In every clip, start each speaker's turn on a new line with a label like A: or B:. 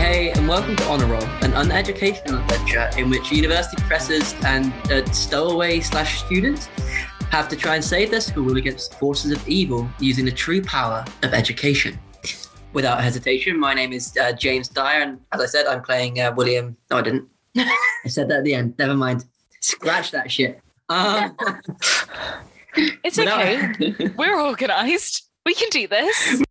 A: Welcome to Honor Roll, an uneducational adventure in which university presses and uh, stowaway slash students have to try and save their school against forces of evil using the true power of education. Without hesitation, my name is uh, James Dyer, and as I said, I'm playing uh, William. No, I didn't. I said that at the end. Never mind. Scratch that shit. Um,
B: It's
A: without-
B: okay. We're organized. We can do this.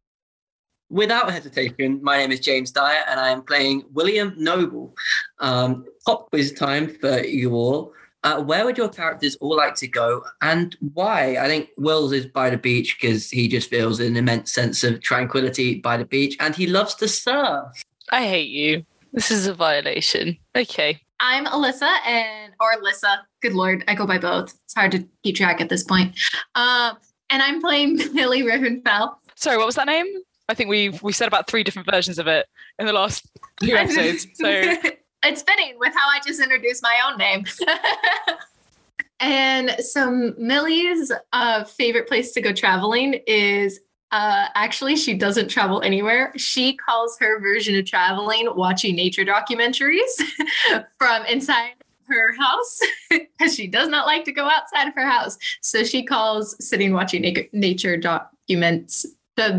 A: Without hesitation, my name is James Dyer, and I am playing William Noble. Um, pop quiz time for you all. Uh, where would your characters all like to go, and why? I think Will's is by the beach because he just feels an immense sense of tranquility by the beach, and he loves to surf.
B: I hate you. This is a violation. Okay.
C: I'm Alyssa and or Alyssa. Good lord, I go by both. It's hard to keep track at this point. Um, and I'm playing Millie Rivenfell.
B: Sorry, what was that name? I think we've we said about three different versions of it in the last few episodes. So
C: it's fitting with how I just introduced my own name. and so Millie's uh, favorite place to go traveling is uh, actually she doesn't travel anywhere. She calls her version of traveling watching nature documentaries from inside her house because she does not like to go outside of her house. So she calls sitting watching na- nature documents the,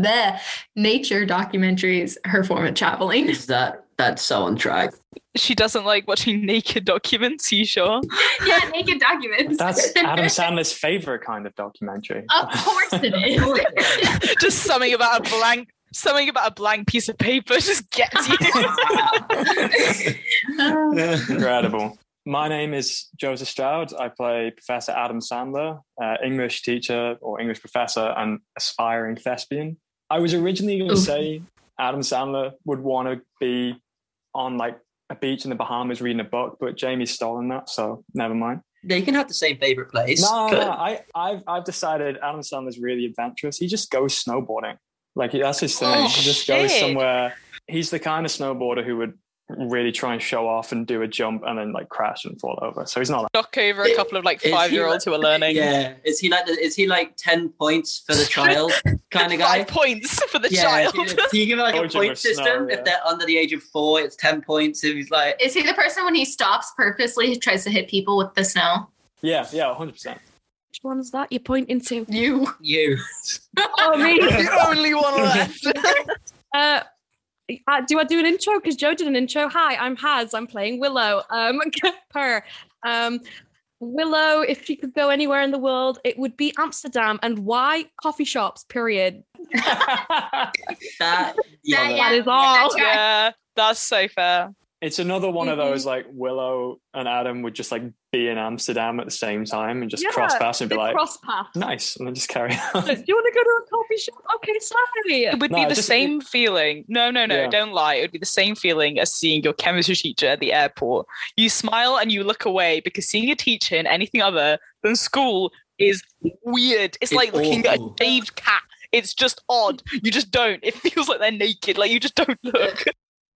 C: the nature documentaries her form of traveling.
A: Is that that's so on track?
B: she doesn't like watching naked documents, are you sure?
C: yeah, naked documents.
D: That's Adam Sandler's favorite kind of documentary.
C: of course it is.
B: Just something about a blank something about a blank piece of paper just gets you.
D: Incredible. My name is Joseph Stroud. I play Professor Adam Sandler, uh, English teacher or English professor and aspiring thespian. I was originally going to
C: Oof.
D: say Adam Sandler would want to be on like a beach in the Bahamas reading a book, but Jamie's stolen that, so never mind.
A: they can have the same favorite place.
D: No, no,
A: but-
D: no, I, I've, I've decided Adam Sandler's really adventurous. He just goes snowboarding. Like that's his thing.
B: Oh,
D: he just goes
B: shit.
D: somewhere. He's the kind of snowboarder who would really try and show off and do a jump and then like crash and fall over. So he's not
B: Knock over a couple of like
A: Is he
B: five year olds who are learning.
A: Yeah, is he like the, is he like ten points for the child kind of guy?
B: Five points for the
A: yeah,
B: child.
A: do you give it like a
D: Origin
A: point
D: of snow,
A: system?
D: yeah.
A: If they're under the age of four, it's ten points. If he's like,
C: Is he the person when he stops purposely he tries to hit people with the snow?
D: Yeah, yeah, hundred percent.
E: Which one's that you're pointing to?
C: You.
A: you,
E: Oh, me.
B: the only one left.
E: Uh, uh, do I do an intro? Because Joe did an intro. Hi, I'm Haz. I'm playing Willow. Um, her. Um, Willow, if she could go anywhere in the world, it would be Amsterdam. And why coffee shops? Period.
A: that,
C: Yeah,
A: yeah,
C: yeah.
E: that is all.
C: that's right.
B: yeah, that's so fair.
D: it's another one of
B: Mm-hmm.
D: those like Willow and Adam would just like be in Amsterdam at the same time and just
E: Yeah,
D: cross paths and be
E: The
D: like,
E: cross path.
D: nice, and then just carry
E: do
D: on.
E: you want to go to a coffee shop? Okay, sorry.
B: It would
D: No,
B: be
D: it
B: the
D: just-
B: same feeling. No, no, no,
D: Yeah.
B: don't lie. It would be the same feeling as seeing your chemistry teacher at the airport. You smile and you look away because seeing a teacher in anything other than school is weird. It's,
A: It's
B: like looking at a
A: awful.
B: shaved cat. It's just odd. You just don't. It feels like they're naked. Like you just don't look.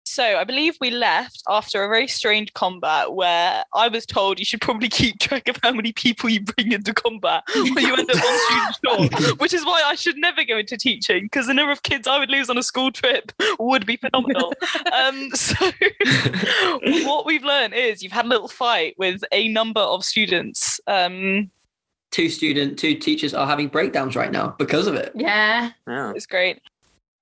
B: So I believe we left after a very strange combat where I was told you should probably keep track of how many people you bring into combat or you end up on student short, which is why I should never go into teaching because the number of kids I would lose on a school trip would be phenomenal. um, so what we've learned is you've had a little fight with a number of students. Um,
A: two student, two teachers are having breakdowns right now because of it.
C: Yeah.
D: yeah.
B: It's great.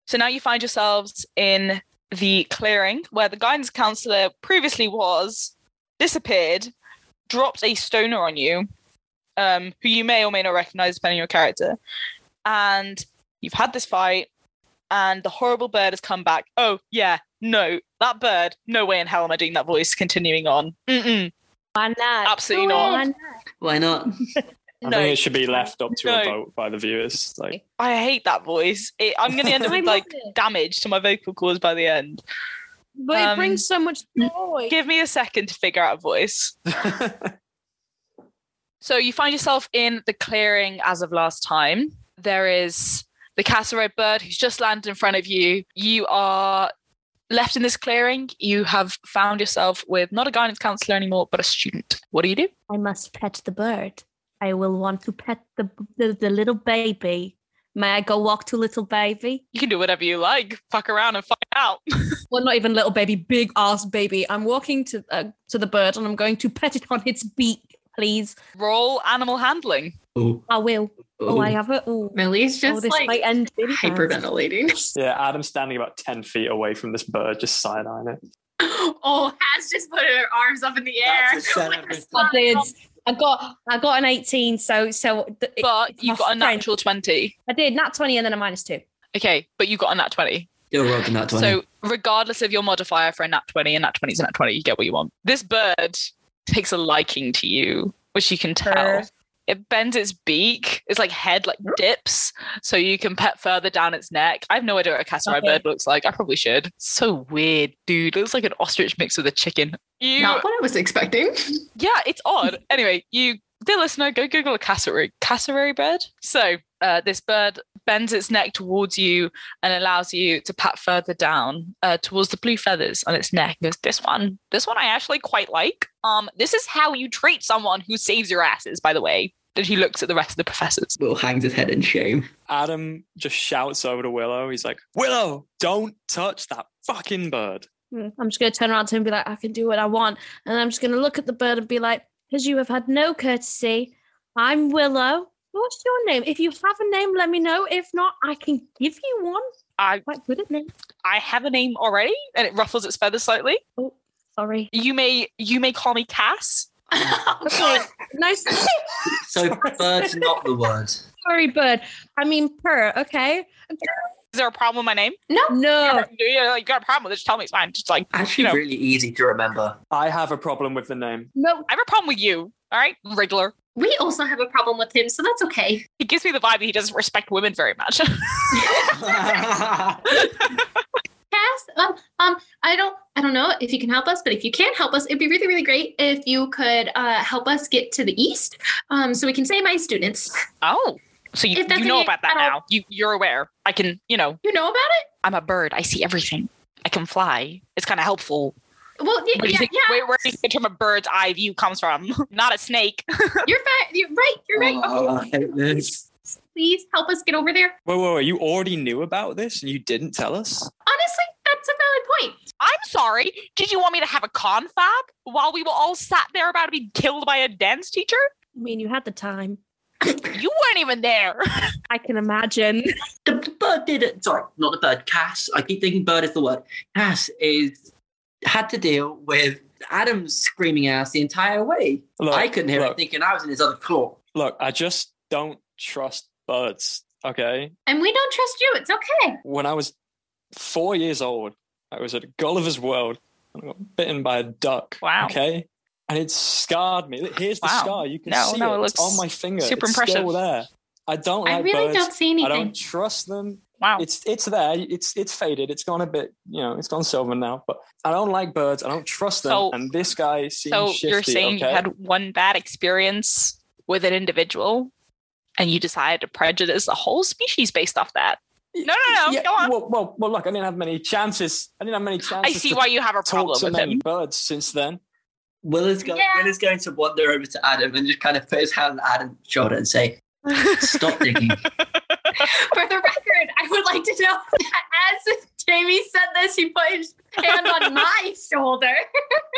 B: So now you find yourselves in the clearing where the guidance counselor previously was, disappeared, dropped a stoner on you, um, who you may or may not recognize depending on your character. And you've had this fight, and the horrible bird has come back. Oh, yeah, no, that bird, no way in hell am I doing that voice, continuing on. Mm-mm,
E: Why not?
B: absolutely
C: Do
B: not.
C: it.
A: Why not?
D: I
B: No.
D: think it should be left up to a
B: No.
D: vote by the viewers. Like,
B: I hate that voice. It, I'm going to end up
E: I
B: with
E: love
B: like
E: it.
B: damage to my vocal cords by the end.
E: But
B: Um,
E: it brings so much joy.
B: Give me a second to figure out a voice. So you find yourself in the clearing as of last time. There is the cassowary bird who's just landed in front of you. You are left in this clearing. You have found yourself with not a guidance counselor anymore, but a student. What do you do?
E: I must pet the bird. I will want to pet the the, the little baby. May I go walk to little baby?
B: You can do whatever you like. Fuck around and find out.
E: Well, not even little baby, big ass baby. I'm walking to uh, to the bird and I'm going to pet it on its beak, please.
B: Roll animal handling.
A: Oh,
E: I will. Oh, I have it. Oh,
C: Millie's
E: oh,
C: just
E: this
C: like
E: might end in bad.
C: hyperventilating.
D: Yeah, Adam's standing about 10 feet away from this bird, just side eyeing it.
C: oh, has just put her arms up in the air.
A: That's a seven.
C: Like a
E: I did. I got I got an 18, so so th- it-
B: But you
E: my
B: got a
E: friend.
B: natural 20.
E: I did not 20 and then a minus two.
B: Okay, but you got a nat 20.
A: still rolling that 20.
B: So, regardless of your modifier for a nat 20, a nat 20 is a nat 20, you get what you want. This bird takes a liking to you, which you can tell.
E: Purr.
B: It bends its beak, its like head like dips, so you can pet further down its neck. I have no idea what a cassowary
E: Okay.
B: bird looks like. I probably should. So weird, dude. It looks like an ostrich mixed with a chicken. You
C: Not what I was expecting.
B: yeah, it's odd. anyway, you, dear listener, go Google a cassowary, cassowary bird. So uh, this bird bends its neck towards you and allows you to pat further down uh, towards the blue feathers on its neck. It Goes, this one, this one I actually quite like. Um, this is how you treat someone who saves your asses, by the way. Then he looks at the rest of the professors.
A: Will hangs his head in shame.
D: Adam just shouts over to Willow. He's like, Willow, don't touch that fucking bird.
E: Mm, I'm just going to turn around to him and be like, I can do what I want. And I'm just going to look at the bird and be like, because you have had no courtesy, I'm Willow. What's your name? If you have a name, let me know. If not, I can give you one.
B: I,
E: Quite good at names.
B: I have a name already, and it ruffles its feathers slightly.
E: Sorry.
B: You may, you may call me Cass.
E: Okay. nice.
A: So bird's not the word.
E: Sorry, bird. I mean, purr. Okay.
B: Is there a problem with my name?
E: No.
B: You're like, you got a problem with it? Just tell me it's fine. Just like
A: Actually,
B: You know.
A: really easy to remember.
D: I have a problem with the name.
E: No.
B: I have a problem with you. All right, regular.
C: we also have a problem with him, so that's okay.
B: He gives me the vibe that he doesn't respect women very much.
A: Oh,
C: Cass, um, um, I don't, I don't know if you can help us, but if you can help us, it'd be really, really great if you could uh, help us get to the east, um, so we can say my students.
B: oh, so you,
C: If that's
B: you know
C: any-
B: about that
C: I don't-
B: now. You you're aware. I can, you know,
C: You know about it?
B: I'm a bird. I see everything. I can fly. It's kind of helpful.
C: Well, y-
B: Where do you
C: yeah,
B: think,
C: yeah.
B: where, where do you think the term a bird's eye view comes from? Not a snake.
C: You're fine. You're right. You're right.
A: Oh, I
C: Okay.
A: hate this.
C: Please help us get over there.
D: Whoa, whoa, whoa, you already knew about this and you didn't tell us?
C: Honestly, that's a valid point.
B: I'm sorry. Did you want me to have a confab while we were all sat there about to be killed by a dance teacher?
E: I mean, you had the time.
B: You weren't even there.
E: I can imagine.
A: The, the bird did it. Sorry, not the bird. Cass. I keep thinking bird is the word. Cass is had to deal with Adam screaming at us the entire way.
D: Look,
A: I couldn't hear it,
D: look,
A: thinking I was in his other claw.
D: Look, I just don't trust birds, okay?
C: And we don't trust you. It's okay.
D: When I was four years old, I was at Gulliver's World and I got bitten by a duck.
B: Wow.
D: Okay? And it scarred me. Here's the
B: Wow.
D: scar. You can
B: No,
D: see
B: no,
D: it.
B: it
D: It's
B: looks
D: on my finger.
B: super
D: it's
B: impressive.
D: still there. I don't like
C: I really
D: birds.
C: don't see
D: I
C: anything.
D: don't trust them.
B: Wow.
D: it's it's there. It's it's faded. It's gone a bit. You know, it's gone silver now. But I don't like birds. I don't trust them.
B: So-
D: and this guy seems
B: So
D: shifty.
B: you're saying
D: okay?
B: you had one bad experience with an individual and you decided to prejudice the whole species based off that. No, no, no.
D: Yeah,
B: go on.
D: Well, well, well, look. I didn't have many chances. I didn't have many
B: I
D: chances.
B: see
D: to
B: why you have a
D: talk
B: problem
D: to
B: with
D: many
B: him.
D: birds since then.
A: Will is, go-
C: Yeah.
A: Will is going to wander over to Adam and just kind of put his hand on Adam's shoulder and say, "Stop digging."
C: For the record, I would like to know that as Jamie said this, he put his hand on my shoulder.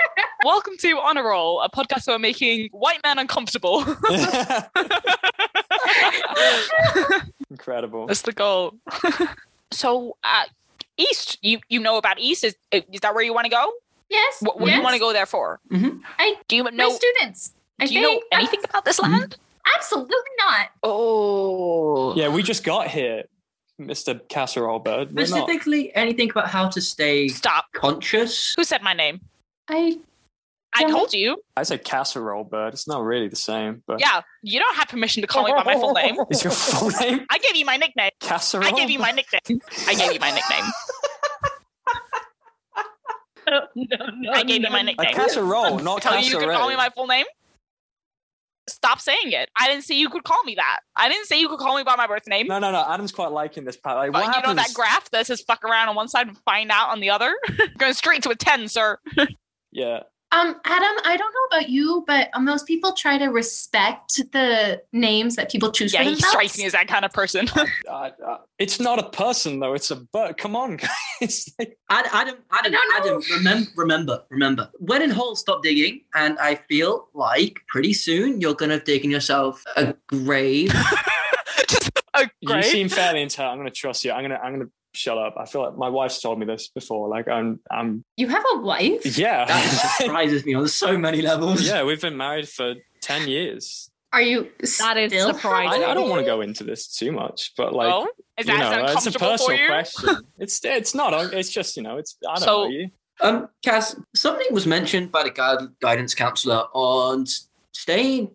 B: Welcome to Honor Roll, a podcast where we're making white men uncomfortable.
D: Incredible.
B: That's the goal. so uh, East, you, you know about East. Is, is that where you want to go?
C: Yes.
B: What, what do you
C: yes, Mm-hmm.
B: want to go there for?
A: Mhm.
C: I-
B: do you
C: My
B: know,
C: students. I Mm-hmm.
B: do you know
C: think uh,
B: anything about this
A: Mhm.
B: land?
C: Absolutely not.
B: Oh.
D: yeah, we just got here, Mister Casserole Bird. We're not.
A: Specifically, anything about how to stay
B: Stop.
A: conscious?
B: Who said my name?
C: I
B: I
C: Yeah.
B: told you.
D: I say casserole bird. It's not really the same, but
B: Yeah, you don't have permission to call me by my full name.
D: Is your full name
B: I gave you my nickname.
D: casserole?
B: I gave you my nickname. I gave you my nickname. I gave you my
D: a
B: nickname.
D: casserole, not
B: Tell you you
D: casserole.
B: could call me my full name. Stop saying it. I didn't say you could call me that. I didn't say you could call me by my birth name.
D: No, no, no. Adam's quite liking this part. Like,
B: but
D: what
B: you
D: happens?
B: know that graph that says fuck around on one side and find out on the other? Going straight to a 10, sir.
D: yeah.
C: Um, Adam, I don't know about you, but uh, most people try to respect the names that people choose
B: Yeah,
C: for
B: he
C: themselves.
B: strikes me as that kind of person.
D: Uh, uh, it's not a person though; it's a bird. Come on, guys! Like,
A: Ad- Adam, Adam,
C: I don't know.
A: Adam, remember, remember, remember. When in hole, stop digging. And I feel like pretty soon you're going to have digging yourself a grave.
B: just a
D: you
B: grave.
D: seem fairly intent. I'm going to trust you. I'm going to. I'm going to shut up. I feel like my wife's told me this before. Like I'm. I'm.
C: You have a wife?
D: Yeah.
A: That surprises me on so many levels.
D: yeah. We've been married for ten years.
C: Are you
E: That is
C: still
E: surprising.
D: I, I don't want to
C: to
D: go into this too much, but like.
B: oh, is that
D: you know, it's a
B: uncomfortable for
D: personal
B: you?
D: question. It's it's not. It's just you know. It's I don't
B: So-
D: know you.
A: Um, Cass, something was mentioned by the guid- guidance counselor on s- staying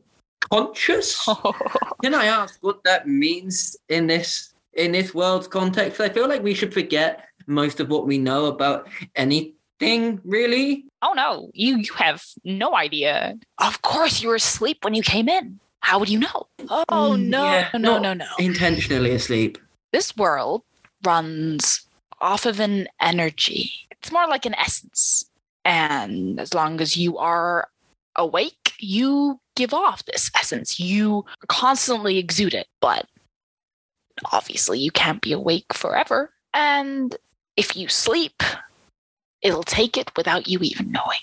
A: conscious. Can I ask what that means in this in this world's context? I feel like we should forget most of what we know about anything, really.
B: oh no, you you have no idea. Of course, you were asleep when you came in. How would you know? Oh
A: Mm,
B: no,
A: yeah.
B: no,
A: Not-
B: no, no.
A: Intentionally asleep.
B: This world runs off of an energy. It's more like an essence, and as long as you are awake, you give off this essence. You constantly exude it, but obviously, you can't be awake forever. And if you sleep, it'll take it without you even knowing.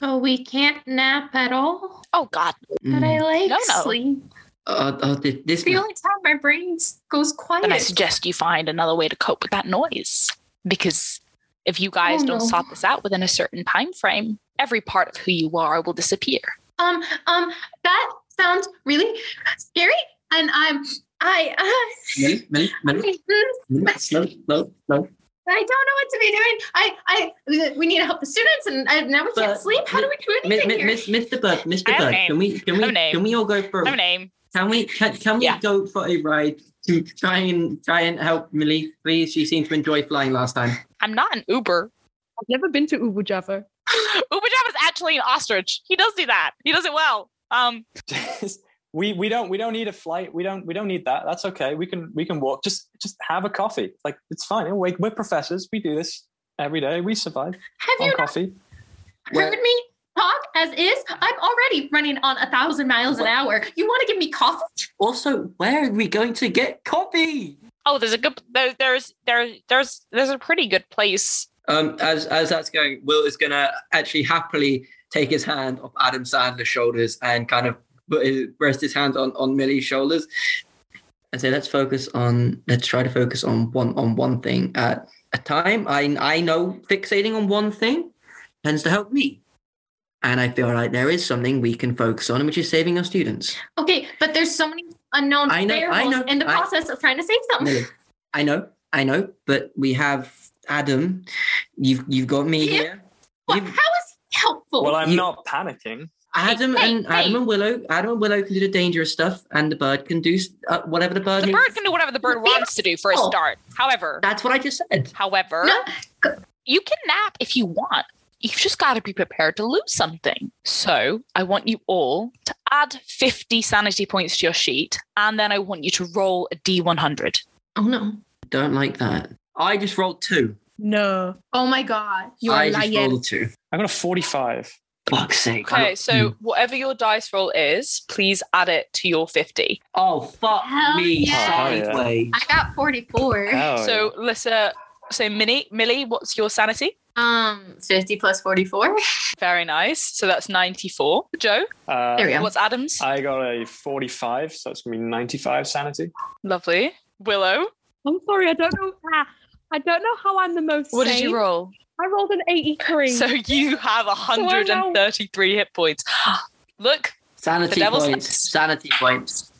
C: Oh, we can't nap at all.
B: Oh God,
C: But I
A: Mm.
C: like
B: No, no.
C: sleep.
A: Uh, uh, thi- this
C: It's the only time my brain s- goes quiet.
B: then I suggest you find another way to cope with that noise. Because if you guys
C: Oh,
B: don't
C: no.
B: sort this out within a certain time frame, every part of who you are will disappear.
C: um, um, that sounds really scary. And I'm, I, uh,
A: Millie, Millie, Millie, Millie, slow, slow, slow.
C: I don't know what to be doing. I, I, we need to help the students, and I, now we can't
A: But
C: sleep. How do we do
A: Mi-
C: anything
A: mi-
C: here?
A: miss- Mr. Bird, Mr.
B: I have a
A: Bird,
B: name.
A: can we can
B: I have
A: we
B: a name.
A: can we all go for a
B: name.
A: Can we can, can we
B: Yeah.
A: go for a ride to try and try and help Millie, please? She seemed to enjoy flying last time.
B: I'm not an Uber.
E: I've never been to Ubu Java.
B: Uber Jab is actually an ostrich. He does do that. He does it well. Um,
D: we we don't we don't need a flight. We don't we don't need that. That's okay. We can we can walk. Just just have a coffee. Like it's fine. We we're professors. We do this every day. We survive
C: Have
D: on
C: you not
D: coffee.
A: Well-
C: heard me talk as is? I'm already running on a thousand miles an
A: Well-
C: hour. You want to give me coffee?
A: Also, where are we going to get coffee?
B: oh, there's a good there, there's there there's there's a pretty good place.
A: Um, as as that's going, Will is gonna actually happily take his hand off Adam Sandler's shoulders and kind of put his, rest his hand on on Millie's shoulders and say, "Let's focus on. Let's try to focus on one on one thing at a time. I I know fixating on one thing tends to help me." And I feel like there is something we can focus on, which is saving our students.
C: Okay, but there's so many unknown
A: I know- I
C: variables
A: know,
C: in the
A: I-
C: process of trying to save them.
A: Millie, I know, I know, but we have Adam. You've you've got me
C: Him?
A: here.
C: What, how
A: You've-
C: is
B: Oh,
C: he helpful?
D: Well, I'm
A: You-
D: not panicking.
A: Adam
B: hey,
A: and Adam
B: hey.
A: and Willow, Adam and Willow can do the dangerous stuff, and the bird can do s- uh, whatever the bird.
B: The
A: wants.
B: bird can do whatever the bird wants to do for a
A: Oh.
B: start. However,
A: That's what I just said.
B: however,
C: No.
B: you can nap if you want. You've just got to be prepared to lose something. So I want you all to add 50 sanity points to your sheet, and then I want you to roll a d100.
C: oh no.
A: Don't like that. I just rolled two.
E: No.
C: Oh my god.
E: You're
A: I
E: a
A: just
E: liar.
A: rolled two.
D: I got a 45.
A: Fuck's sake. I
B: Okay,
A: got-
D: Mm.
B: so whatever your dice roll is, please add it to your 50.
A: Oh fuck
C: Hell
A: me
C: yeah.
D: Oh, yeah.
A: sideways.
C: I got
A: Uh,
C: 44.
D: Hell
B: so, Lissa, so Minnie, Millie, what's your sanity?
C: Um 50 plus 44.
B: Very nice. So that's 94. Joe,
D: yeah. Uh,
C: There we go.
B: what's Adam's?
D: I got a 45, so that's gonna be 95 sanity.
B: Lovely. Willow,
E: I'm sorry, I don't know. Ah, I don't know how I'm the most.
B: what did
E: sane.
B: you roll?
E: I rolled an 83.
B: So you have 133 hit points. Look,
A: Sanity
B: The devil's
A: points.
B: lips.
A: Sanity points.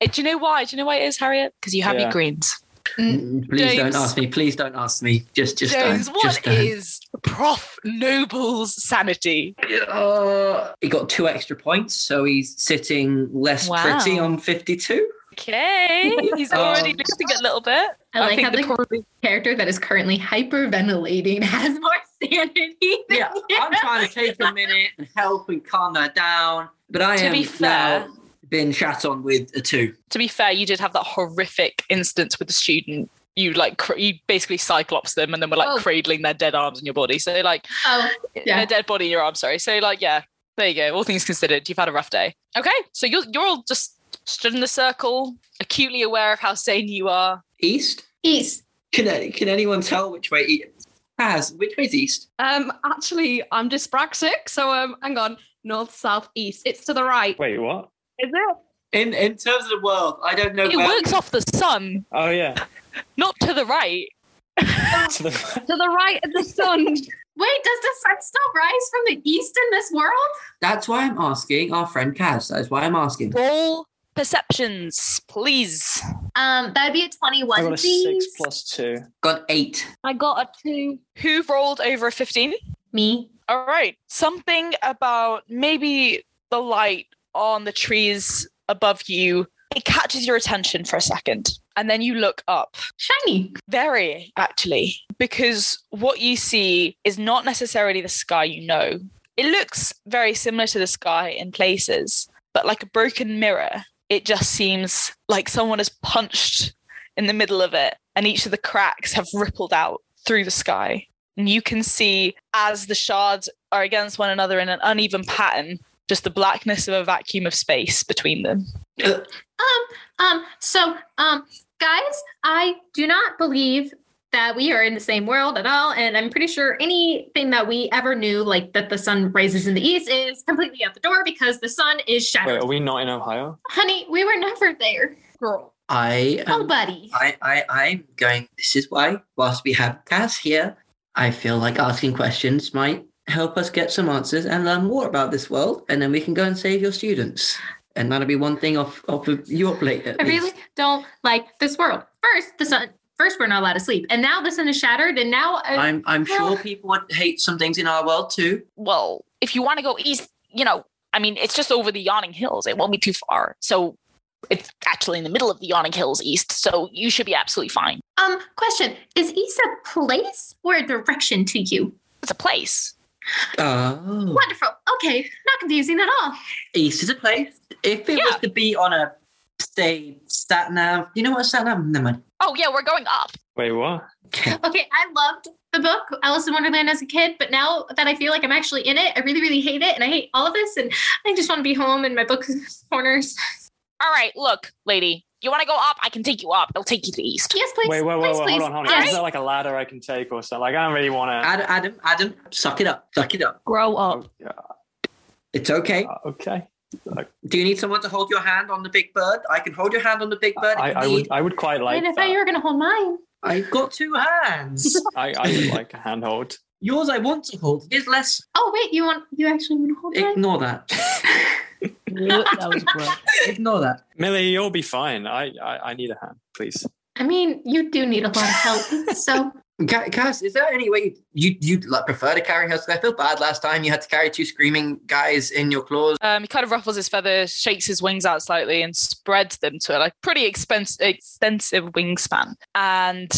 B: Eh, Do you know why? Do you know why it is, Harriet? Because you have your
D: Yeah.
B: greens.
A: Mm, Please
B: James.
A: don't ask me. Please don't ask me. Just, just
B: James,
A: don't.
B: what
A: just don't.
B: is Prof Noble's sanity?
A: Uh, he got two extra points, so he's sitting less
B: Wow.
A: pretty on fifty-two.
B: Okay, he's
A: Um,
B: already losing a little bit.
C: I like
B: think
C: how
B: the
C: the character that is currently hyperventilating has more sanity. Than
A: yeah, I'm trying to take a minute and help and calm her down. But I
B: To
A: am
B: be fair-
A: now being shat on with a two.
B: To be fair, you did have that horrific instance with the student you like cr- you basically cyclops them and then we're like
C: Oh.
B: cradling their dead arms in your body. So like
C: Oh, Yeah.
B: their dead body in your arm, sorry. So like yeah, there you go. All things considered, you've had a rough day. Okay. So you're you're all just stood in the circle, acutely aware of how sane you are.
A: East?
C: east.
A: Can a- can anyone tell which way e- Has which way's east?
E: Um, actually, I'm dyspraxic, so um, hang on. North, south, east. It's to the right.
D: Wait, what?
E: Is it?
A: In in terms of the world, I don't know.
B: It
A: where-
B: works off the sun,
D: Oh yeah.
B: not to the right.
D: So the-
E: To the right of the sun.
C: Wait, does the sun still rise from the east in this world?
A: That's why I'm asking our friend Kaz. That is why I'm asking.
B: Roll perceptions, please.
C: Um, that'd be a
D: I
C: twenty-one.
D: got a six
C: please.
D: plus two.
A: Got eight.
E: I got a two.
B: Who rolled over a 15?
C: Me.
B: All right. Something about maybe the light on the trees above you. It catches your attention for a second. And then you look up.
C: Shiny.
B: Very, actually, because what you see is not necessarily the sky you know. It looks very similar to the sky in places, but like a broken mirror, it just seems like someone has punched in the middle of it, and each of the cracks have rippled out through the sky. And you can see as the shards are against one another in an uneven pattern, just the blackness of a vacuum of space between them.
C: Um, um, so, um, guys, I do not believe that we are in the same world at all. And I'm pretty sure anything that we ever knew, like that the sun rises in the east, is completely out the door because the sun is
D: Wait, oh.
C: shattered.
D: are we not in Ohio?
C: Honey, we were never there.
E: Girl.
A: I
D: Um,
C: Oh,
A: am
C: buddy.
A: I, I, I'm going, this is why, whilst we have Cass here, I feel like asking questions might help us get some answers and learn more about this world, and then we can go and save your students. And that'll be one thing off, off of your plate. At
C: I
A: least.
C: really don't like this world. First, the sun. First, we're not allowed to sleep, and now the sun is shattered, and now uh,
A: I'm, I'm
C: Well-
A: sure people would hate some things in our world too.
B: well, if you want to go east, you know, I mean, it's just over the yawning hills. It won't be too far. So it's actually in the middle of the yawning hills east. So you should be absolutely fine.
C: um. Question: Is east a place or a direction to you?
B: It's a place.
A: Oh.
C: Wonderful. Okay, not confusing at all.
A: East is a place. If it was
B: Yeah.
A: to be on a, say, sat nav, you know what a sat nav? Never mind.
B: Oh, yeah, we're going up.
D: Wait, what?
A: Okay.
C: Okay, I loved the book Alice in Wonderland as a kid, but now that I feel like I'm actually in it, I really, really hate it, and I hate all of this, and I just want to be home in my book corners.
B: All right, look, lady, you want to go up? I can take you up. It'll take you to the east.
C: Yes, please.
D: Wait, whoa, whoa,
C: please,
D: whoa,
C: please.
D: hold on, hold on.
C: Yes.
D: Is there like a ladder I can take or something? Like I don't really want
A: Adam, Adam, Adam, suck it up. Suck it up.
E: Grow up.
D: to. Yeah,
A: It's okay.
D: Uh, okay.
A: Do you need someone to hold your hand on the big bird? I can hold your hand on the big bird.
D: I,
A: if
D: I
A: you
D: would
A: need.
D: I would quite like
C: Wait, I
D: that.
C: thought you were gonna hold mine.
A: I've got two hands.
D: I, I would like a handhold.
A: Yours I want to hold. His less.
C: Oh wait, you want you actually want to hold mine?
A: Ignore that.
E: that was gross.
A: Ignore that.
D: Millie, you'll be fine. I, I, I need a hand, please.
C: I mean, you do need a lot of help, so.
A: Ca- Cass, is there any way you you'd like, prefer to carry her? 'Cause I feel bad last time you had to carry two screaming guys in your claws.
B: Um, he kind of ruffles his feathers, shakes his wings out slightly, and spreads them to a like pretty expensive, extensive wingspan. And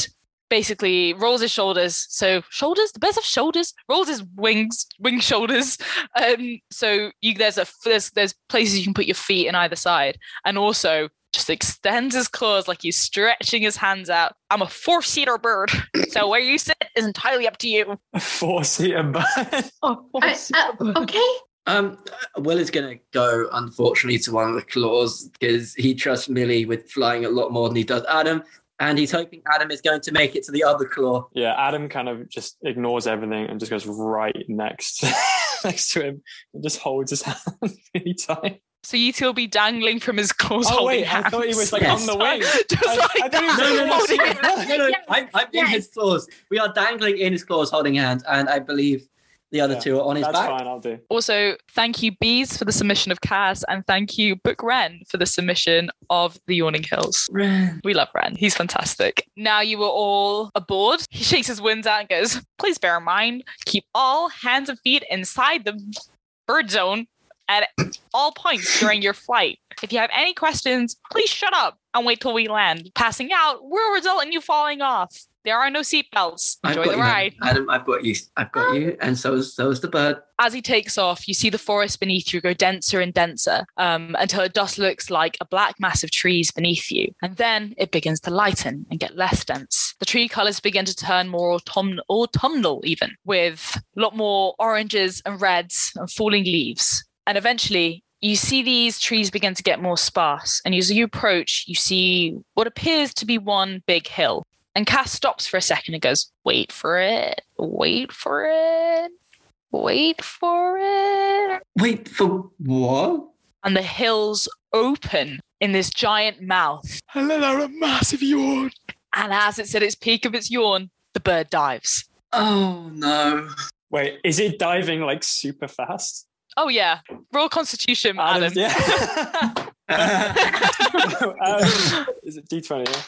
B: basically rolls his shoulders. So shoulders, the best of shoulders. Rolls his wings, wing shoulders. Um, so you there's a there's there's places you can put your feet in either side, and also just extends his claws like he's stretching his hands out. I'm a four seater bird, so where you sit is entirely up to you.
D: A four seater bus.
E: Oh,
C: I- uh, okay.
A: Um, Will is gonna go unfortunately to one of the claws because he trusts Millie with flying a lot more than he does Adam, and he's hoping Adam is going to make it to the other claw.
D: Yeah, Adam kind of just ignores everything and just goes right next next to him and just holds his hand really tight.
B: So you two will be dangling from his claws.
D: Oh
B: holding
D: wait, I thought he
B: hands.
D: was like
A: Yes.
D: on the wing.
B: Just
D: I-
B: like
D: I thought he was
B: that.
D: like, no, no, no,
B: Holding
D: see-
B: it.
A: No, no, no.
C: Yes,
A: I'm, I'm in
C: yes.
A: his claws. We are dangling in his claws, holding hands, and I believe the other
D: Yeah,
A: two are on his
D: That's
A: back.
D: fine, I'll do.
B: Also, thank you, Bees, for the submission of Kaz, and thank you, Book Ren, for the submission of The Yawning Hills.
A: Ren.
B: We love Ren. He's fantastic. Now you are all aboard. He shakes his wings out and goes, Please bear in mind, keep all hands and feet inside the bird zone at all points during your flight. If you have any questions, please shut up and wait till we land. Passing out will result in you falling off. There are no seatbelts.
A: I've
B: Enjoy
A: got
B: the
A: you, Adam.
B: ride.
A: Adam, I've got you. I've got you, and so is so is the bird.
B: As he takes off, you see the forest beneath you go denser and denser um, until it just looks like a black mass of trees beneath you. And then it begins to lighten and get less dense. The tree colors begin to turn more autumn- autumnal, even with a lot more oranges and reds and falling leaves. And eventually, you see these trees begin to get more sparse. And as you approach, you see what appears to be one big hill. And Cass stops for a second and goes, Wait for it. Wait for it wait for it.
A: Wait for what?
B: And the hills open in this giant mouth.
D: And let out a massive yawn.
B: And as it's at its peak of its yawn, the bird dives.
A: Oh no!
D: Wait, is it diving like super fast?
B: Oh, yeah. Royal Constitution, Adam.
D: Adam's- yeah. Adam, is it D20? Yeah?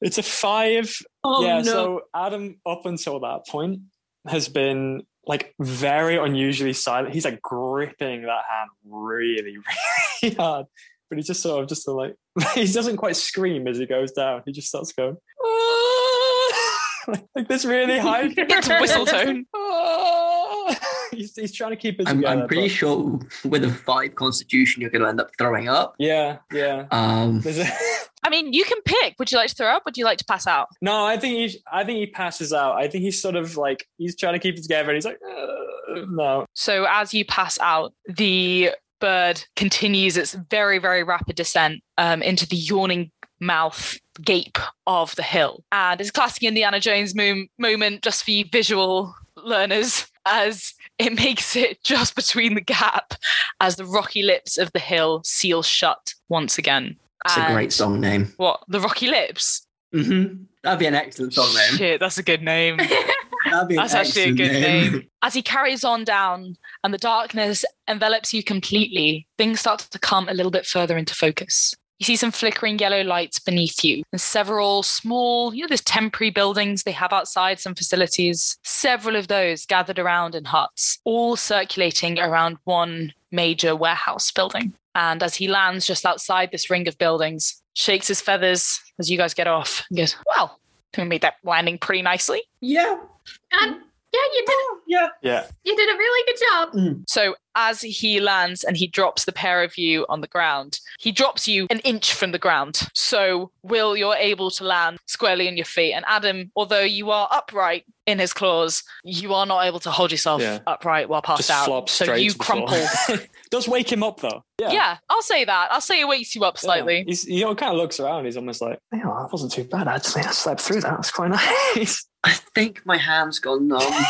D: It's a five.
E: Oh
D: yeah,
E: no.
D: so Adam, up until that point, has been like very unusually silent. He's like gripping that hand really, really hard. But he's just sort of just like, he doesn't quite scream as he goes down. He just starts going, like this really high.
B: It's whistle tone.
D: he's, he's trying to keep it
A: I'm,
D: together.
A: I'm pretty
D: but-
A: sure with a five constitution, you're going to end up throwing up.
D: Yeah, yeah.
A: Um,
D: There's a-
B: I mean, you can pick. Would you like to throw up? Would you like to pass out?
D: no, I think he, I think he passes out. I think he's sort of like he's trying to keep it together, and he's like, "Uh, no.
B: So as you pass out, the bird continues its very, very rapid descent um, into the yawning mouth gape of the hill. And it's a classic Indiana Jones mo- moment just for you visual learners as it makes it just between the gap as the rocky lips of the hill seal shut once again.
A: it's a
B: And
A: great song name.
B: What? The Rocky Lips?
A: Mm-hmm. That'd be an excellent song name.
B: Shit, that's a good name.
C: Um,
A: That'd be an
B: That's actually a
A: excellent
B: good name. As he carries on down and the darkness envelops you completely, things start to come a little bit further into focus. You see some flickering yellow lights beneath you and several small, you know, those temporary buildings they have outside some facilities, several of those gathered around in huts, all circulating around one major warehouse building. And as he lands just outside this ring of buildings, shakes his feathers as you guys get off and goes, Well, we made that landing pretty nicely.
A: Yeah,
C: Um, yeah, you did.
A: yeah.
D: Yeah,
C: You did a really good job.
B: So as he lands and he drops the pair of you on the ground, he drops you an inch from the ground. So Will, you're able to land squarely on your feet. And Adam, although you are upright in his claws, you are not able to hold yourself
D: Yeah.
B: upright while passed
D: just
B: out.
D: flops
B: so
D: straight.
B: you
D: to the floor.
B: crumple.
D: Does wake him up though.
B: Yeah. I'll say that. I'll say it wakes you up slightly.
D: Yeah. He's, he kind of looks around. He's almost like, "Yeah, that wasn't too bad. Actually, I slept through that. That's quite nice."
A: I think my hand's gone numb.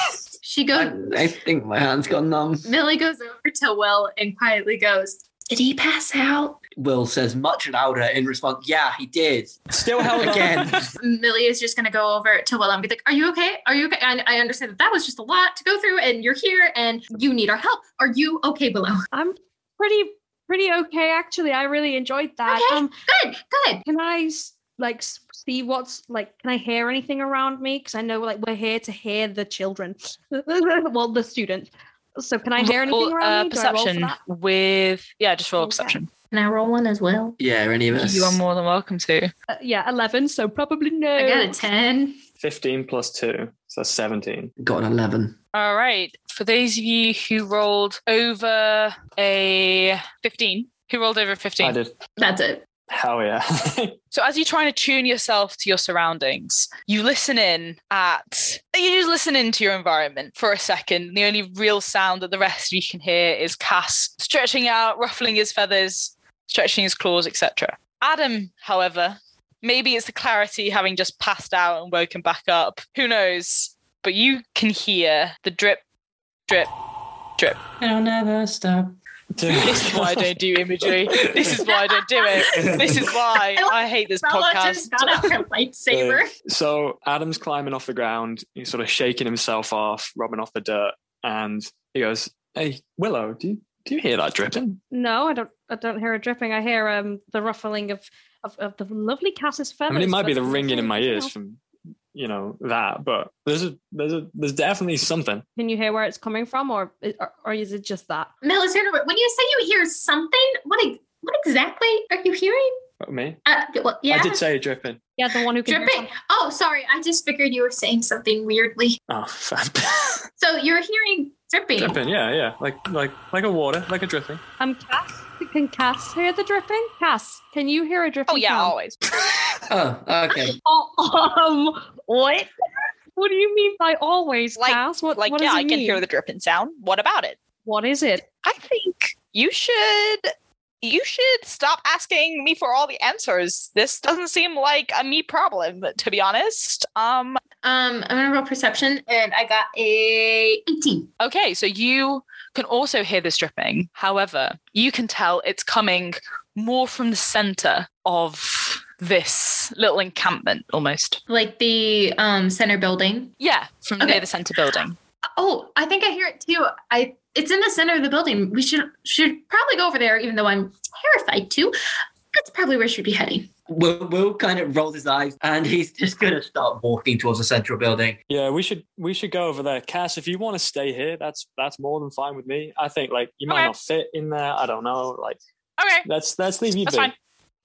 C: She
A: I,
C: goes.
A: I think my hand's gone numb.
C: Millie goes over to Will and quietly goes, "Did he pass out?"
A: Will says much louder in response. Yeah, he did.
D: Still
B: Oh,
D: held on.
A: Again.
C: Millie is just gonna go over to Will and be like, "Are you okay? Are you okay?" And I understand that that was just a lot to go through, and you're here, and you need our help. Are you okay, Willow?
E: I'm pretty pretty okay actually. I really enjoyed that.
C: Okay.
E: Um,
C: Good, good.
E: can I s- like s- see what's like? Can I hear anything around me? Because I know like we're here to hear the children, well the students. So can I hear anything
B: Roll,
E: around
B: uh,
E: me? Do I roll for
B: perception
E: that?
B: with yeah, just roll
E: Okay.
B: perception.
C: Can I roll one as well?
A: Yeah, any of us.
B: You are more than welcome to.
E: Uh, yeah, eleven. So probably no.
C: I got a ten.
D: Fifteen plus two, so that's seventeen.
A: Got an eleven.
B: All right. For those of you who rolled over a 15, who rolled over 15?
D: I did.
C: That's it.
D: Hell yeah.
B: So as you're trying to tune yourself to your surroundings, you listen in at you just listen into your environment for a second. The only real sound that the rest of you can hear is Cass stretching out, ruffling his feathers, stretching his claws, etc. Adam, however, maybe it's the clarity having just passed out and woken back up. Who knows? But you can hear the drip, drip, drip.
A: I'll never stop.
B: This is why I don't do imagery. This is why I don't do it. This is why I hate this
C: Bella
B: podcast.
C: just got out her lightsaber.
D: So Adam's climbing off the ground. He's sort of shaking himself off, rubbing off the dirt, and he goes, "Hey, Willow, do you, do you hear that dripping?"
E: No, I don't. I don't hear a dripping. I hear um the ruffling of of, of the lovely Cass's
D: I
E: feathers.
D: mean, it might be
E: but-
D: the ringing in my ears from you know that, but there's a there's a there's definitely something.
E: Can you hear where it's coming from, or or, or is it just that?
C: Melisandre, when you say you hear something, what e- what exactly are you hearing?
D: Me,
C: Uh, well, yeah,
D: I did say dripping.
E: Yeah, the one who can. hear
C: dripping. Oh, sorry, I just figured you were saying something weirdly.
D: Oh, fab.
C: So you're hearing dripping.
D: dripping. Yeah, yeah, like like like a water, like a dripping.
E: something. Um, Cass. Can Cass hear the dripping? Cass, can you hear a dripping?
B: Oh yeah,
E: sound?
B: always.
A: Oh, okay.
E: Oh, um, what? What do you mean by always,
B: Like-
E: Cass? What,
B: Like
E: what
B: yeah,
E: does it
B: I can
E: mean?
B: hear the dripping sound. What about it?
E: What is it?
B: I think you should you should stop asking me for all the answers. This doesn't seem like a me problem, to be honest. Um
C: Um, I'm gonna roll perception, and I got a 18.
B: okay, so you can also hear this dripping. However, you can tell it's coming more from the center of this little encampment almost.
C: Like the um center building.
B: Yeah, from
C: Okay.
B: near the center building.
C: Oh, I think I hear it too. I it's in the center of the building. We should should probably go over there, even though I'm terrified to. That's probably where she'd be heading.
A: Will, Will kind of rolls his eyes and he's just going to start walking towards the central building.
D: Yeah, we should we should go over there, Cass. If you want to stay here, that's that's more than fine with me. I think like you might
B: Okay.
D: not fit in there. I don't know. Like
B: Okay,
D: that's that's leave you
B: that's
D: be.
B: fine.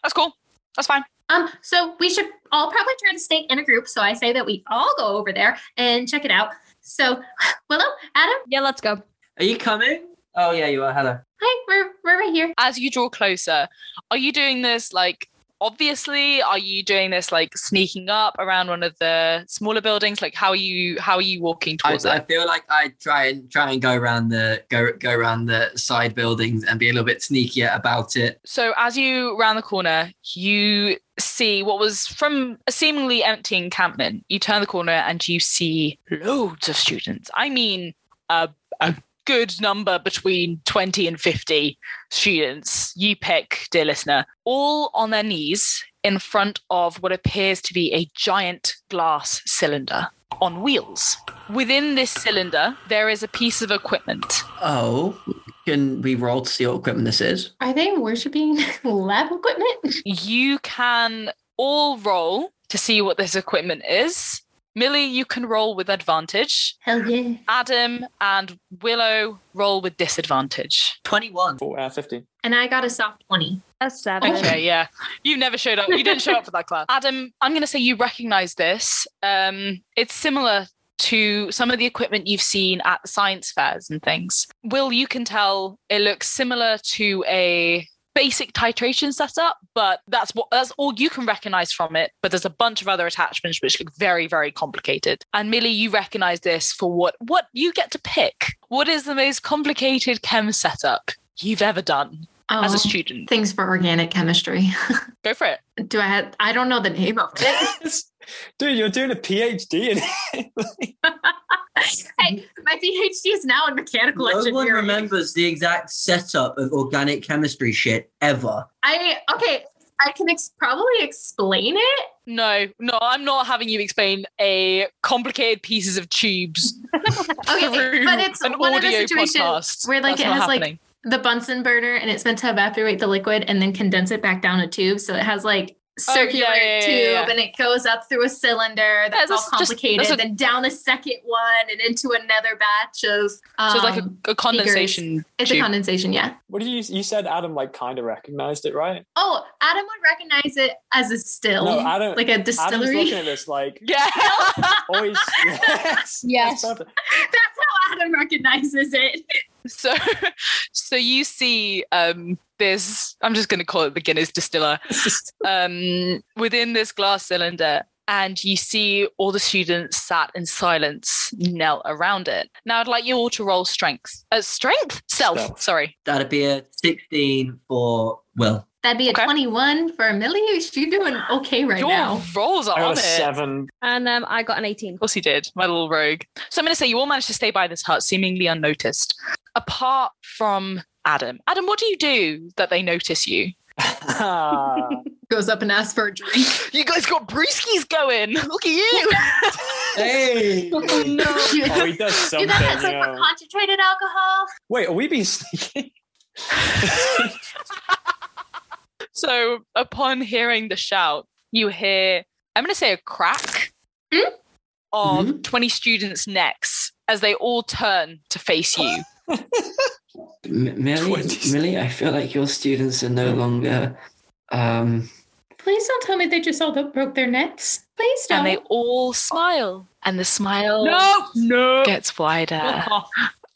B: That's cool. That's fine.
C: Um, so we should all probably try to stay in a group. So I say that we all go over there and check it out. So Willow, Adam,
E: Yeah, let's go.
A: Are you coming? Oh, yeah, you are. Hello.
C: hi, we're we're right here.
B: as you draw closer, are you doing this like obviously? Are you doing this like sneaking up around one of the smaller buildings? Like how are you how are you walking
A: I,
B: towards
A: I
B: it?
A: feel like I try and try and go around the go go around the side buildings and be a little bit sneakier about it.
B: So as you round the corner, you see what was from a seemingly empty encampment. You turn the corner and you see loads of students. I mean a a good number between 20 and 50 students. You pick, dear listener, all on their knees in front of what appears to be a giant glass cylinder on wheels. Within this cylinder, there is a piece of equipment.
A: Oh, can we roll to see what equipment this is?
C: Are they worshiping lab equipment?
B: you can all roll to see what this equipment is. Millie, you can roll with advantage.
C: Hell yeah.
B: Adam and Willow roll with disadvantage.
A: Twenty one.
D: For, uh, Fifty.
C: And I got a soft 20.
E: A seven.
B: Okay, yeah. You never showed up. You didn't show up for that class. Oh. Adam, I'm going to say you recognize this. Um, it's similar to some of the equipment you've seen at the science fairs and things. Will, you can tell it looks similar to a basic titration setup, but that's what that's all you can recognize from it. But there's a bunch of other attachments which look very, very complicated. And Millie, you recognize this for what what you get to pick. What is the most complicated chem setup you've ever done
C: Oh,
B: as a student?
C: things for organic chemistry.
B: Go for it.
C: Do I have, I don't know the name of it.
D: Dude, you're doing a PhD in it.
C: hey, my PhD is now in mechanical
A: No one
C: engineering.
A: remembers the exact setup of organic chemistry shit ever.
C: I, okay, I can ex- probably explain it.
B: No, no, I'm not having you explain a complicated pieces of tubes
C: Okay,
B: through
C: but it's
B: an
C: one of
B: audio
C: those situations
B: podcast.
C: where, like,
B: That's
C: it
B: not
C: has, like,
B: happening.
C: the Bunsen burner and it's meant to evaporate the liquid and then condense it back down a tube. So it has like
B: Oh, yeah,
C: circular
B: yeah, yeah,
C: tube
B: yeah.
C: and it goes up through a cylinder that's
B: that's
C: all
B: just-
C: complicated,
B: that's a-
C: then down a second one and into another batch of um,
B: so it's like a, a condensation.
C: it's a
B: tube.
C: condensation, yeah.
D: what did you you said? Adam like kind of recognized it, right?
C: Oh, Adam would recognize it as a still.
D: No, Adam.
C: like a
D: Adam's
C: distillery.
D: looking at this like
B: yeah.
D: always. Yes.
E: Yes.
D: That's perfect.
C: That's how Adam recognizes it.
B: so, so you see um, this. I'm just going to call it the Guinness distiller um, within this glass cylinder. And you see all the students sat in silence, knelt around it. Now, I'd like you all to roll strength. Uh, strength? Self.
D: Stealth.
B: Sorry.
A: That'd be a sixteen for Will.
C: That'd be a
B: Okay.
C: 21 for Millie. She's doing okay right
B: Your
C: now.
B: rolls are
D: I
B: on
D: got
B: it.
D: a seven.
E: And um, I got an 18.
B: Of course he did, my little rogue. So I'm going to say you all managed to stay by this hut seemingly unnoticed, apart from Adam. Adam, what do you do that they notice you?
D: Ah, oh,
C: Goes up and asks for a drink.
B: You guys got brewskis going. Look at you.
A: Hey,
C: you
D: oh, he does
C: you
D: something.
C: got that
D: yeah.
C: super concentrated alcohol?
D: Wait, are we being sneaky?
B: So upon hearing the shout, you hear, I'm going to say a crack.
C: Hmm?
B: of 20 students' necks as they all turn to face you.
A: M- Millie,
D: Twenties.
A: Millie, I feel like your students are no longer. Um,
F: Please don't tell me they just all broke their necks. Please don't.
B: and they all smile. And the smile
E: No, no.
B: gets wider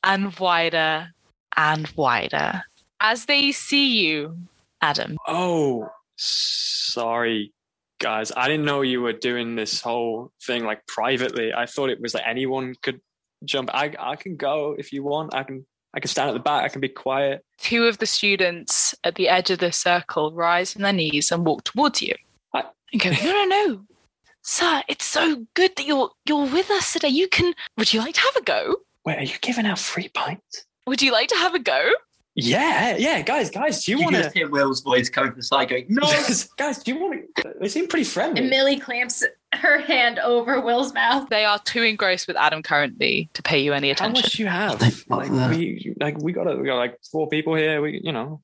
B: and wider and wider as they see you, Adam.
D: Oh, sorry, guys. I didn't know you were doing this whole thing like privately. I thought it was like anyone could jump. I I can go if you want. I can I can stand at the back. I can be quiet.
B: Two of the students at the edge of the circle rise from their knees and walk towards you.
D: What?
B: And go, no, no, no. Sir, it's so good that you're you're with us today. You can would you like to have a go?
D: Wait, are you giving out free pints?
B: Would you like to have a go?
D: Yeah, yeah, guys, guys. Do you,
A: you
D: want
A: can
D: to?
A: just hear Will's voice coming from the side going, No!
D: guys, do you want to? They seem pretty friendly.
F: and Millie clamps her hand over Will's mouth.
B: They are too engrossed with Adam currently to pay you any
D: How
B: attention.
D: much do you have?
A: Thank
D: Like
A: you.
D: we, like we got, a, we got like four people here. We, you know.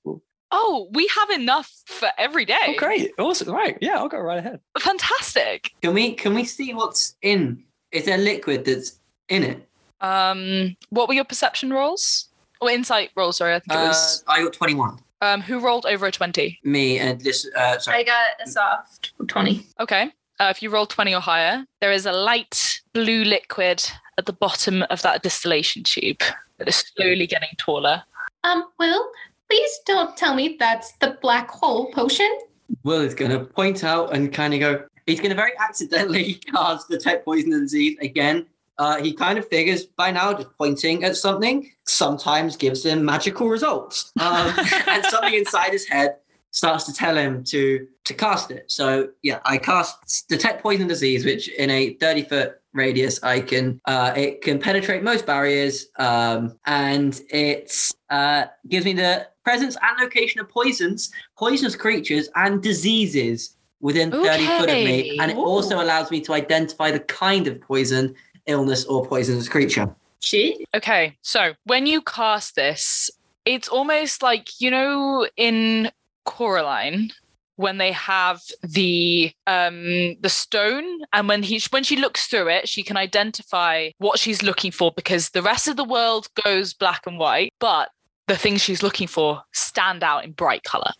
B: Oh, we have enough for every day.
D: Oh, great! Awesome. Right? Yeah, I'll go right ahead.
B: Fantastic.
A: Can we can we see what's in? Is there liquid that's in it?
B: Um, what were your perception rolls? Or insight rolls, sorry, I think it
A: Uh,
B: was.
A: I got twenty one.
B: Um, who rolled over a 20?
A: Me and this. Uh,
F: I
A: sorry.
F: got a soft 20.
B: Okay. Uh, if you roll 20 or higher, there is a light blue liquid at the bottom of that distillation tube that is slowly getting taller.
F: Um, Will, please don't tell me that's the black hole potion.
A: Will is going to point out and kind of go. He's going to very accidentally cast detect poison and disease again. Uh, he kind of figures by now just pointing at something sometimes gives him magical results, um, and something inside his head starts to tell him to to cast it. So yeah, I cast detect poison and disease, which in a thirty foot radius I can uh, it can penetrate most barriers, um, and it uh, gives me the presence and location of poisons, poisonous creatures, and diseases within thirty foot of me,
B: Okay.
A: and it also allows me to identify the kind of poison, illness, or poisonous creature.
F: Shit.
B: Okay, so when you cast this, it's almost like, you know, in Coraline, when they have the um the stone and when he when she looks through it she can identify what she's looking for because the rest of the world goes black and white but the things she's looking for stand out in bright color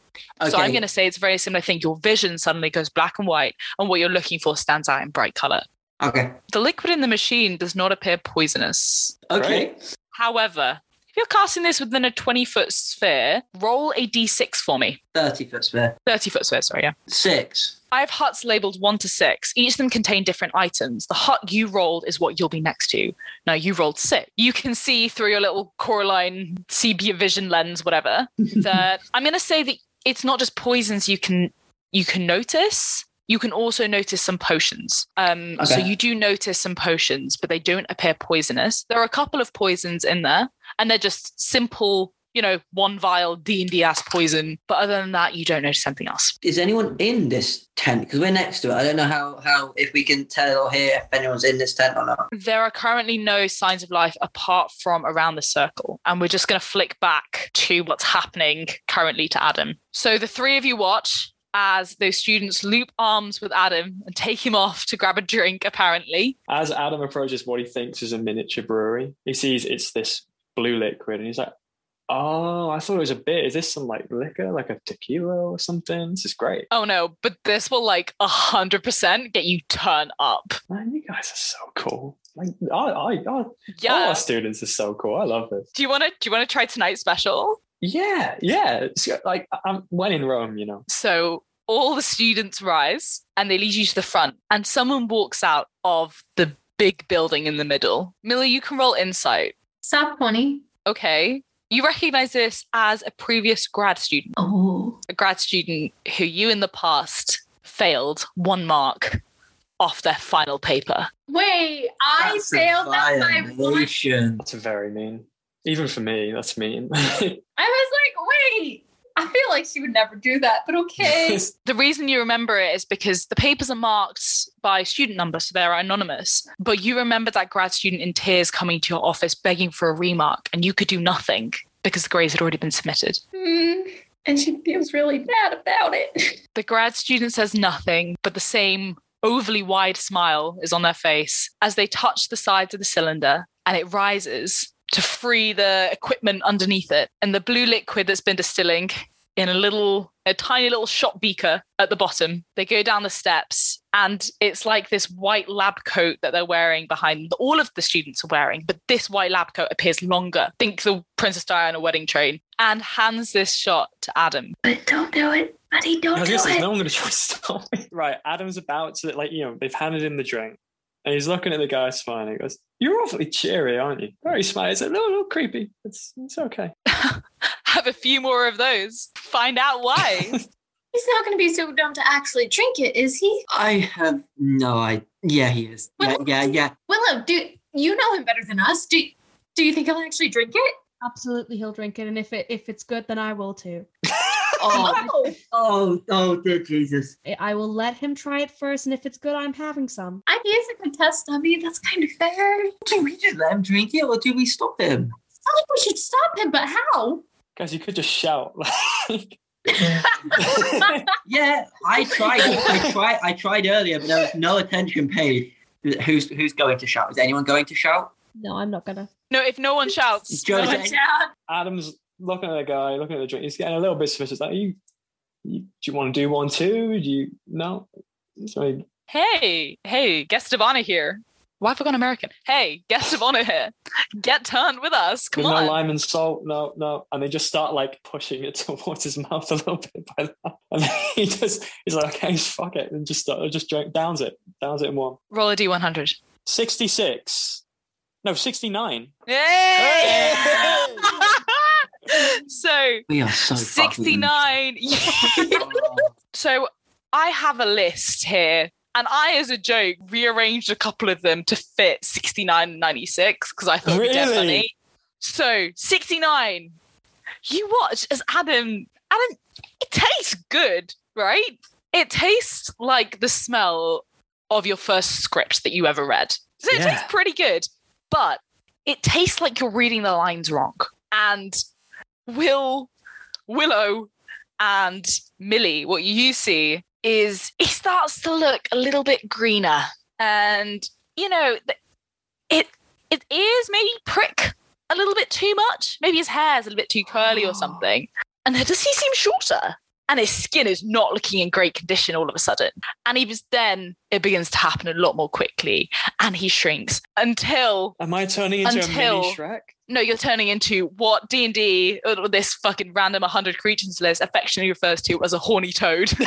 B: so i'm
A: Okay.
B: going to say it's a very similar thing your vision suddenly goes black and white and what you're looking for stands out in bright color
A: Okay.
B: the liquid in the machine does not appear poisonous
A: Okay.
B: However, if you're casting this within a 20 foot sphere, roll a d6 for me.
A: Thirty foot sphere.
B: 30 foot sphere, sorry, yeah.
A: Six.
B: I have huts labeled one to six. Each of them contain different items. The hut you rolled is what you'll be next to. Now you rolled six. You can see through your little Coraline sepia vision lens, whatever, that I'm gonna say that it's not just poisons you can you can notice. You can also notice some potions. Um, So
A: Okay.
B: you do notice some potions, but they don't appear poisonous. There are a couple of poisons in there, and they're just simple, you know, one vial D and D ass poison. But other than that, you don't notice anything else.
A: is anyone in this tent? Because we're next to it. I don't know how how if we can tell or hear if anyone's in this tent or not.
B: There are currently no signs of life apart from around the circle. And we're just going to flick back to what's happening currently to Adam. So the three of you watch as those students loop arms with Adam and take him off to grab a drink, apparently.
D: As Adam approaches what he thinks is a miniature brewery, he sees it's this blue liquid and he's like, Oh, I thought it was a beer. Is this some like liquor, like a tequila or something? This is great.
B: Oh no, but this will like 100% get you turn up.
D: Man, you guys are so cool. Like, I, I, I, all
B: Yeah.
D: our students are so cool. I love this.
B: Do you want to do you want to try tonight's special?
D: Yeah, yeah. It's like, I'm when in Rome, you know.
B: So all the students rise and they lead you to the front, and someone walks out of the big building in the middle. Millie, you can roll insight.
F: Soft 20.
B: Okay. You recognize this as a previous grad student,
F: Oh.
B: a grad student who you in the past failed one mark off their final paper.
C: Wait,
F: I
A: That's a
F: failed that by one.
A: violation.
D: That's very mean. Even for me, that's mean.
C: I was like, wait. I feel like she would never do that, but okay.
B: The reason you remember it is because the papers are marked by student number, so they're anonymous. But you remember that grad student in tears coming to your office begging for a remark, and you could do nothing because the grades had already been submitted.
C: Hmm. and she feels really bad about it.
B: The grad student says nothing, but the same overly wide smile is on their face as they touch the sides of the cylinder and it rises to free the equipment underneath it. And the blue liquid that's been distilling in a little, a tiny little shot beaker at the bottom. They go down the steps and it's like this white lab coat that they're wearing behind that all of the students are wearing, but this white lab coat appears longer. Think the Princess Diana wedding train and hands this shot to Adam.
F: But don't do it. Buddy,
D: I
F: don't
D: was
F: do
D: gonna say,
F: it.
D: no one gonna try to stop me. Right, Adam's about to like, you know, they've handed him the drink. And he's looking at the guy smiling. He goes, You're awfully cheery, aren't you? Very smart. He's like, No, no, creepy. It's it's okay.
B: Have a few more of those. Find out why.
F: He's not going to be so dumb to actually drink it, is he?
A: I have no idea. Yeah, he is. Yeah, yeah, yeah.
F: Willow, do you know him better than us? Do do you think he'll actually drink it?
E: Absolutely, he'll drink it, and if it if it's good, then I will too.
A: Oh, oh, oh, dear Jesus.
E: I- I will let him try it first, and if it's good, I'm having some.
F: I he is a good test dummy. That's kind of fair. I
A: Do we just let him drink it or do we stop him?
F: feel like we should stop him, but how?
D: Guys, you could just shout. Like
A: Yeah, I tried. I tried. I tried earlier, but there was no attention paid. Who's who's going to shout? Is anyone going to shout?
E: No, I'm not gonna.
B: no, if no one shouts,
A: Joe,
B: no
A: is
B: one-
A: it-
D: Adam's looking at the guy, looking at the drink. He's getting a little bit suspicious. Like, you, you do you want to do one too? Do you no? So he
B: hey, hey, guest of honor here. Why have I gone American? Hey, guest of honor here. Get turned with us. Come
D: With
B: on.
D: no lime and salt, no, no. And they just start like pushing it towards his mouth a little bit by that. And then he just he's like, okay, fuck it. And just start, just drink, downs it, downs it in one.
B: Roll a D100.
D: 66. No, 69.
B: Yay!
D: Hey!
B: so
A: We are so fucking-
B: 69. so I have a list here. And I, as a joke, rearranged a couple of them to fit 69 and 96 because I thought it'd be dead
D: Really?
B: funny. So 69. You watch as Adam, Adam, it tastes good, right? It tastes like the smell of your first script that you ever read. So it
A: Yeah.
B: tastes pretty good, but it tastes like you're reading the lines wrong. And Will, Willow, and Millie, what you see is it starts to look a little bit greener, and you know, th- it it ears maybe prick a little bit too much. Maybe his hair's a little bit too curly or something. And does he seem shorter? And his skin is not looking in great condition all of a sudden. And he was then it begins to happen a lot more quickly, and he shrinks until
D: Am I turning into a
B: Until-
D: mini Shrek?
B: no, you're turning into what D and D, this fucking random 100 creatures list, affectionately refers to as a horny toad.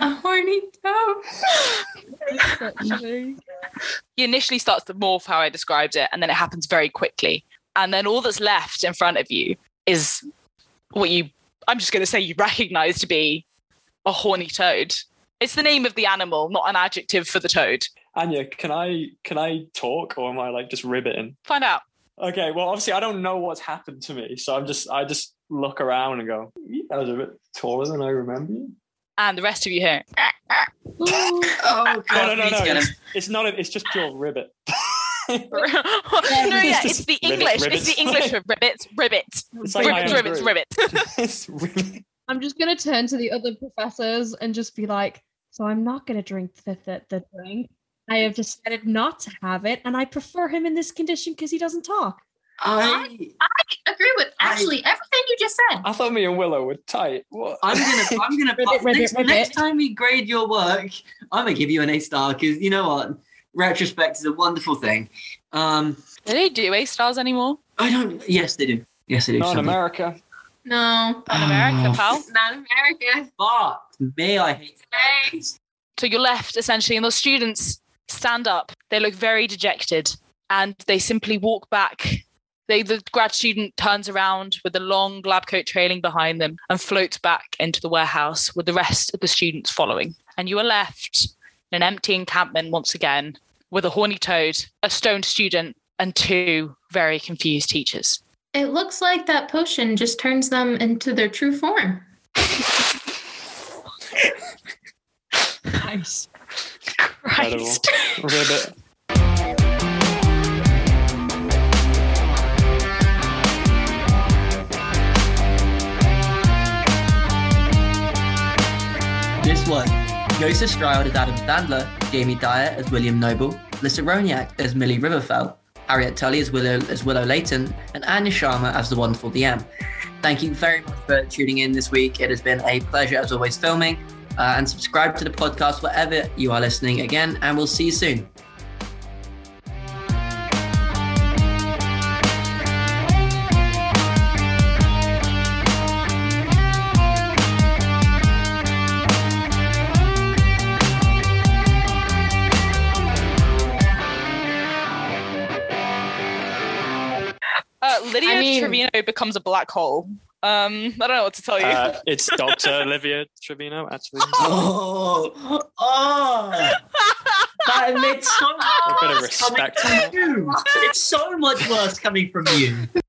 C: A horny toad.
B: he initially starts to morph how I described it, and then it happens very quickly. And then all that's left in front of you is what you, I'm just going to say, you recognize to be a horny toad. It's the name of the animal, not an adjective for the toad.
D: Anya, can I can I talk or am I like just ribbiting?
B: Find out.
D: Okay, well obviously I don't know what's happened to me. So I'm just I just look around and go, you guys are a bit taller than I remember you.
B: And the rest of you here.
A: Oh,
D: No,
A: God,
D: no, no,
A: he's
D: no.
A: gonna-
D: It's, it's not a, it's just pure ribbit.
B: no, yeah,
D: It's
B: it's
D: just
B: the
D: ribbit-
B: English.
D: ribbits.
B: It's the English for ribbits, ribbits,
D: It's like
B: ribbits,
D: I am
B: ribbits,
D: Groot.
B: ribbits.
D: It's ribbit.
E: I'm just gonna turn to the other professors and just be like, so I'm not gonna drink the the, the drink. I have decided not to have it, and I prefer him in this condition because he doesn't talk.
A: I,
F: agree with
A: I-
F: actually everything you just said.
D: I thought me and Willow were tight. What?
A: I'm gonna, I'm gonna.
E: Ribbit, ribbit,
A: next,
E: ribbit.
A: next time we grade your work, I'm gonna give you an A star because you know what? Retrospect is a wonderful thing. Um,
B: Do they do A stars anymore?
A: I don't. Yes, they do. Yes, they do.
D: Not in
A: Something.
D: America.
F: No,
B: In America,
A: Oh,
B: pal.
F: not America.
A: Fuck me, I hate Americans.
B: So you're left essentially, and the students stand up. They look very dejected and they simply walk back. They, the grad student turns around with the long lab coat trailing behind them and floats back into the warehouse with the rest of the students following. And you are left in an empty encampment once again with a horny toad, a stoned student, and two very confused teachers.
F: It looks like that potion just turns them into their true form.
E: Nice.
D: Incredible.
B: Christ.
D: Ribbit.
A: one. Joseph Stroud as Adam Sandler, Jamie Dyer as William Noble, Lissa Roniak as Millie Riverfell, Harriet Tully as Willow as Willow Layton, and Anya Sharma as the wonderful DM. Thank you very much for tuning in this week. It has been a pleasure as always filming. Uh, and subscribe to the podcast wherever you are listening again, and we'll see you soon.
B: Uh, Lydia
C: I mean-
B: Trevino becomes a black hole. Um, I don't know what to tell you.
D: Uh, it's Dr. Olivia Trevino, actually.
A: Oh, oh, that makes so much
D: A bit of
A: worse coming
D: respect.
A: from you. It's so much worse coming from you.